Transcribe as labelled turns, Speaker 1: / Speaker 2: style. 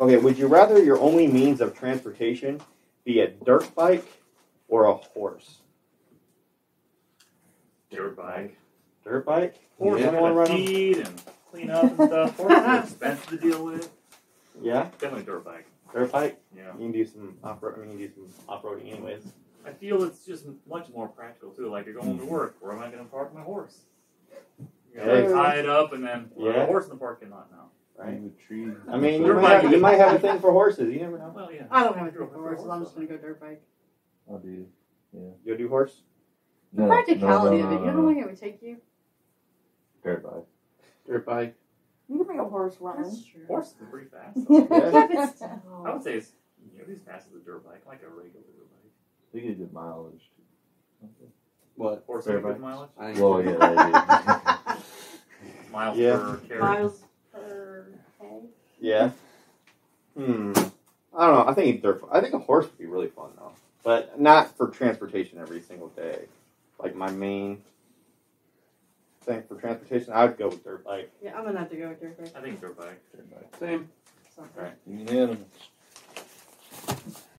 Speaker 1: Okay, would you rather your only means of transportation be a dirt bike or a horse?
Speaker 2: Dirt bike.
Speaker 1: Dirt bike?
Speaker 2: Horse
Speaker 1: Yeah.
Speaker 2: yeah.
Speaker 1: Someone run 'em?
Speaker 2: feed and clean up and stuff. Horse is expensive to deal with.
Speaker 1: Yeah,
Speaker 2: Definitely dirt bike.
Speaker 1: dirt bike.
Speaker 2: Yeah.
Speaker 1: You can do some off road. I mean, you can do some off roading anyways.
Speaker 2: I feel it's just much more practical too. Like you're going to
Speaker 1: Mm-hmm.
Speaker 2: work, where am I going to park my horse? You know,
Speaker 1: Hey.
Speaker 2: tie it up and then put
Speaker 1: Yeah.
Speaker 2: a horse in the parking lot now.
Speaker 1: Right.
Speaker 3: The tree.
Speaker 1: I mean, you
Speaker 2: Dirt
Speaker 1: might,
Speaker 2: bike.
Speaker 1: you might have a thing for horses. You never know.
Speaker 2: Well, yeah.
Speaker 4: I don't have a dirt horse, so I'm just gonna go dirt bike.
Speaker 3: I'll do.
Speaker 1: You'll do horse.
Speaker 4: The
Speaker 3: No,
Speaker 4: practicality
Speaker 3: no, no,
Speaker 4: of
Speaker 3: no,
Speaker 4: it, you know how
Speaker 3: no,
Speaker 4: long it would take you?
Speaker 3: Dirt bike.
Speaker 1: Dirt bike.
Speaker 5: You can make a horse run.
Speaker 4: That's true.
Speaker 2: Horses are pretty fast.
Speaker 4: Yeah, but
Speaker 2: I
Speaker 4: still.
Speaker 2: would say it's maybe as fast as a dirt bike, like a regular dirt bike.
Speaker 3: We could do mileage. too.
Speaker 6: What?
Speaker 2: Horse
Speaker 3: Dirt
Speaker 2: with good
Speaker 3: bikes.
Speaker 2: mileage,
Speaker 6: I ain't
Speaker 3: Well, yeah, that is.
Speaker 2: miles
Speaker 1: Yeah.
Speaker 2: per carry.
Speaker 5: Miles per day.
Speaker 1: Yeah. Hmm. I don't know. I think dirt. I think a horse would be really fun though, but not for transportation every single day. Like my main thing for transportation, I would go with dirt bike.
Speaker 4: Yeah, I'm gonna have to go with dirt bike.
Speaker 2: I think dirt bike.
Speaker 3: Dirt bike.
Speaker 6: Same.
Speaker 4: Something.
Speaker 2: Right.
Speaker 3: Unanimous.